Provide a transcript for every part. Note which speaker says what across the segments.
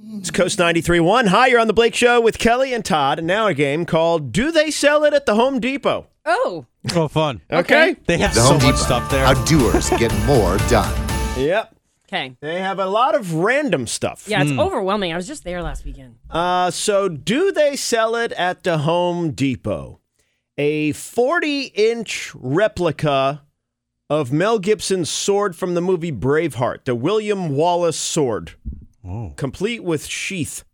Speaker 1: It's Coast 93.1. Hi, you're on The Blake Show with Kelly and Todd, and now a game called Do They Sell It at the Home Depot?
Speaker 2: Oh,
Speaker 3: Oh, fun.
Speaker 1: Okay.
Speaker 3: They have
Speaker 4: The
Speaker 3: so
Speaker 4: Home
Speaker 3: much
Speaker 4: Depot.
Speaker 3: stuff there.
Speaker 4: How doers get more done.
Speaker 1: Yep.
Speaker 2: okay.
Speaker 1: They have a lot of random stuff.
Speaker 2: Yeah, it's overwhelming. I was just there last weekend.
Speaker 1: Uh, so, do they sell it at the Home Depot? A 40 inch replica of Mel Gibson's sword from the movie Braveheart, the William Wallace sword,
Speaker 3: Oh,
Speaker 1: complete with sheath.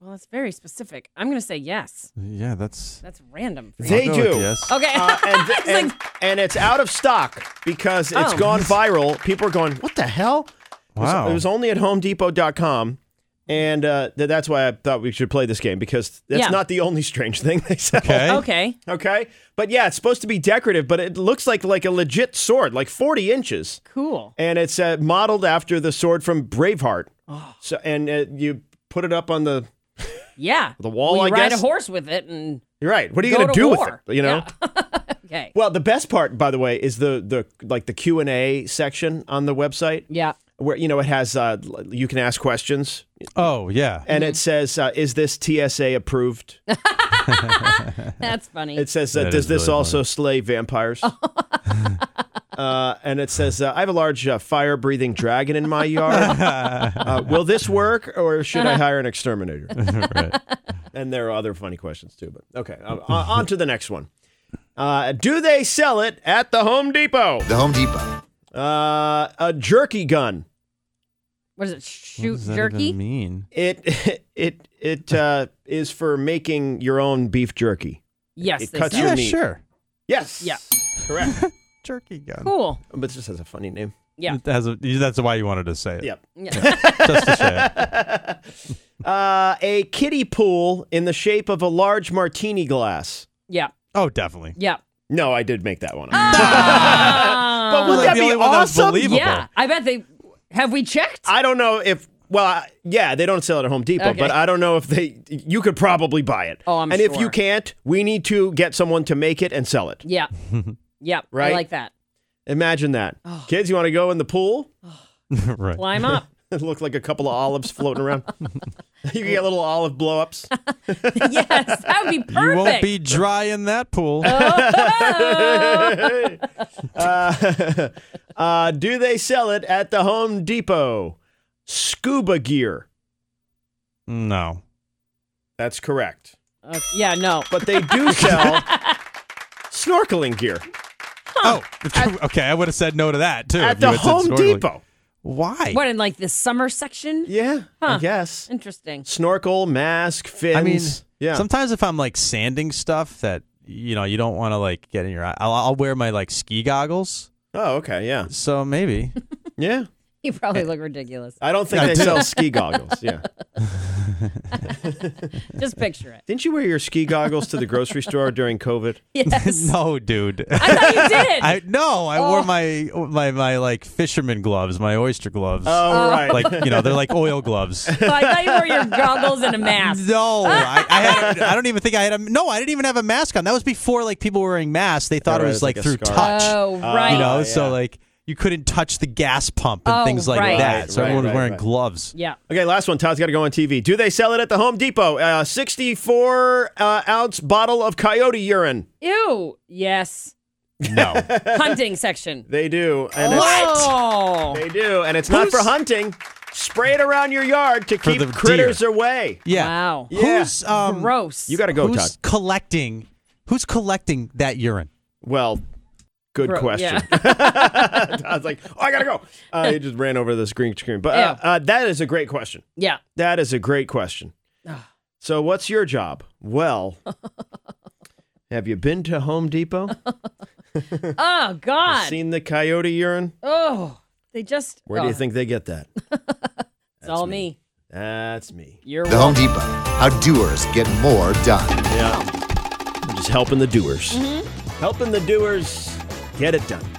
Speaker 2: Well, that's very specific. I'm going to say yes.
Speaker 3: yeah, that's.
Speaker 2: That's random. for you.
Speaker 1: They
Speaker 3: I'll go
Speaker 1: do.
Speaker 3: with Yes.
Speaker 2: Okay.
Speaker 1: Uh, and,
Speaker 2: I was
Speaker 1: and,
Speaker 2: like,
Speaker 1: and it's out of stock because it's
Speaker 2: Oh.
Speaker 1: gone viral. People are going, what the hell? It was-
Speaker 3: Wow.
Speaker 1: It was, only at homedepot.com. And uh, th- that's why I thought we should play this game because that's
Speaker 2: Yeah.
Speaker 1: not the only strange thing they sell.
Speaker 3: Okay.
Speaker 2: okay.
Speaker 1: Okay. But yeah, it's supposed to be decorative, but it looks like like a legit sword, like 40 inches.
Speaker 2: Cool.
Speaker 1: And it's uh, modeled after the sword from Braveheart.
Speaker 2: Oh.
Speaker 1: So and uh, you put it up on the
Speaker 2: Yeah.
Speaker 1: The wall,
Speaker 2: Well, you
Speaker 1: I
Speaker 2: ride
Speaker 1: guess?
Speaker 2: a horse with it, and
Speaker 1: You're right. What are you
Speaker 2: Go
Speaker 1: going
Speaker 2: to
Speaker 1: do
Speaker 2: war.
Speaker 1: with it, you know?
Speaker 2: okay.
Speaker 1: Well, the best part by the way is the the like the Q&A section on the website
Speaker 2: Yeah.
Speaker 1: where you know it has uh, l- you can ask questions
Speaker 3: Oh, yeah.
Speaker 1: and it says uh, is this TSA approved?
Speaker 2: That's funny.
Speaker 1: It says, uh,
Speaker 3: That
Speaker 1: "Does
Speaker 3: is
Speaker 1: this
Speaker 3: really
Speaker 1: also
Speaker 3: funny.
Speaker 1: slay vampires?" uh, and it says, uh, "I have a large uh, fire-breathing dragon in my yard. uh, will this work, or should I hire an exterminator?"
Speaker 3: Right.
Speaker 1: And there are other funny questions too. But okay, uh, on to the next one. Uh, do they sell it at the Home Depot?
Speaker 4: The Home Depot.
Speaker 1: Uh, a jerky gun.
Speaker 2: what is it?
Speaker 3: What
Speaker 2: Shoot
Speaker 3: does that
Speaker 2: jerky?
Speaker 3: even mean?
Speaker 1: It it it uh, is for making your own beef jerky.
Speaker 2: Yes.
Speaker 1: It
Speaker 2: they
Speaker 1: cuts
Speaker 2: sell
Speaker 1: your
Speaker 3: Yeah,
Speaker 2: it.
Speaker 1: meat.
Speaker 3: sure.
Speaker 1: Yes.
Speaker 2: Yeah.
Speaker 1: Correct. Oh,
Speaker 3: Jerky gun.
Speaker 2: Cool.
Speaker 1: but it just has a funny name.
Speaker 2: Yeah.
Speaker 3: It has a- that's why you wanted to say it.
Speaker 1: Yep.
Speaker 2: Yeah.
Speaker 3: Just to say it.
Speaker 1: uh, a kiddie pool in the shape of a large martini glass.
Speaker 2: yeah.
Speaker 3: Oh, definitely.
Speaker 2: Yeah.
Speaker 1: No, I did make that one. up.
Speaker 2: Ah.
Speaker 1: but would
Speaker 3: Like
Speaker 1: that
Speaker 3: the
Speaker 1: be
Speaker 3: only one that was
Speaker 1: awesome?
Speaker 3: believable.
Speaker 2: yeah. I bet they have we checked?
Speaker 1: I don't know if. Well, I- yeah, they don't sell it at Home Depot,
Speaker 2: Okay.
Speaker 1: but I don't know if they. You could probably buy it.
Speaker 2: Oh, I'm
Speaker 1: And if you
Speaker 2: sure.
Speaker 1: can't, we need to get someone to make it and sell it.
Speaker 2: yeah. Yeah.
Speaker 1: Right?
Speaker 2: I like that.
Speaker 1: Imagine that,
Speaker 2: Oh.
Speaker 1: kids. You want to go in the pool?
Speaker 3: right.
Speaker 2: Climb up.
Speaker 1: Look like a couple of olives floating around. you can get little olive blow-ups.
Speaker 2: yes. That would be perfect.
Speaker 3: You won't be dry in that pool.
Speaker 1: uh, uh, do they sell it at the Home Depot? Scuba gear.
Speaker 3: no.
Speaker 1: That's correct.
Speaker 2: Uh, yeah, no.
Speaker 1: But they do sell snorkeling gear
Speaker 3: Oh, okay. I would have said no to that too.
Speaker 1: at
Speaker 3: if you
Speaker 1: the
Speaker 3: had said
Speaker 1: Home
Speaker 3: snorkeling.
Speaker 1: Depot.
Speaker 3: Why?
Speaker 2: What in like the summer section?
Speaker 1: Yeah, I
Speaker 2: Huh.
Speaker 1: guess.
Speaker 2: Interesting.
Speaker 1: Snorkel, mask, fins.
Speaker 3: I mean,
Speaker 1: yeah.
Speaker 3: Sometimes if I'm like sanding stuff that you know you don't want to like get in your eye, I'll, I'll wear my like ski goggles.
Speaker 1: oh, okay. Yeah.
Speaker 3: So maybe.
Speaker 1: Yeah.
Speaker 2: You probably look ridiculous.
Speaker 1: I don't think
Speaker 3: I
Speaker 1: they
Speaker 3: do.
Speaker 1: sell ski goggles. Yeah.
Speaker 2: Just picture it.
Speaker 1: Didn't you wear your ski goggles to the grocery store during COVID?
Speaker 2: Yes.
Speaker 3: no, dude.
Speaker 2: I thought you did.
Speaker 3: I no, I
Speaker 2: Oh.
Speaker 3: wore my my my like fisherman gloves, my oyster gloves.
Speaker 1: Oh, right.
Speaker 3: Like you know, they're like oil gloves.
Speaker 2: So I thought you wore your goggles and a mask.
Speaker 3: No, I, I had. I don't even think I had a. No, I didn't even have a mask on. That was before like people were wearing masks. They thought
Speaker 1: Yeah, right,
Speaker 3: it
Speaker 1: it's
Speaker 3: was like,
Speaker 1: like a
Speaker 3: through
Speaker 1: scarf.
Speaker 3: touch.
Speaker 2: Oh, right.
Speaker 3: You know,
Speaker 1: yeah.
Speaker 3: so like you couldn't touch the gas pump and
Speaker 2: Oh,
Speaker 3: things like
Speaker 2: right.
Speaker 3: that.
Speaker 1: Right,
Speaker 3: so
Speaker 1: right,
Speaker 3: everyone was
Speaker 1: right,
Speaker 3: wearing
Speaker 1: right.
Speaker 3: gloves.
Speaker 2: yeah.
Speaker 1: Okay, last one. Todd's got to go on TV. Do they sell it at the Home Depot? Uh, 64 uh, ounce bottle of coyote urine.
Speaker 2: Ew. Yes.
Speaker 3: No.
Speaker 2: Hunting section. Oh.
Speaker 1: They do. And it's,
Speaker 2: What?
Speaker 1: they do. And it's not for
Speaker 3: Who's-
Speaker 1: hunting. Spray it around your yard to
Speaker 3: For
Speaker 1: keep
Speaker 3: the
Speaker 1: critters away.
Speaker 3: Yeah.
Speaker 2: Wow.
Speaker 1: Yeah.
Speaker 3: Who's um
Speaker 2: Gross.
Speaker 1: You got to go,
Speaker 3: who's
Speaker 1: Todd.
Speaker 3: collecting who's collecting that urine?
Speaker 1: Well, good
Speaker 2: Bro-
Speaker 1: question. I was like, oh, I gotta go. Uh, he just ran over this green screen. But uh,
Speaker 2: Yeah.
Speaker 1: uh, that is a great question.
Speaker 2: yeah.
Speaker 1: That is a great question.
Speaker 2: Ah.
Speaker 1: So, what's your job? Well, have you been to Home Depot?
Speaker 2: Oh God.
Speaker 1: Seen the coyote urine?
Speaker 2: Oh. They just.
Speaker 1: Where do
Speaker 2: oh,
Speaker 1: you think they get that?
Speaker 2: It's all me.
Speaker 1: That's me.
Speaker 2: You're
Speaker 4: The Home
Speaker 2: welcome.
Speaker 4: Depot. How doers get more done.
Speaker 2: Mm-hmm.
Speaker 1: Yeah. I'm just helping the doers. Helping the doers get it done.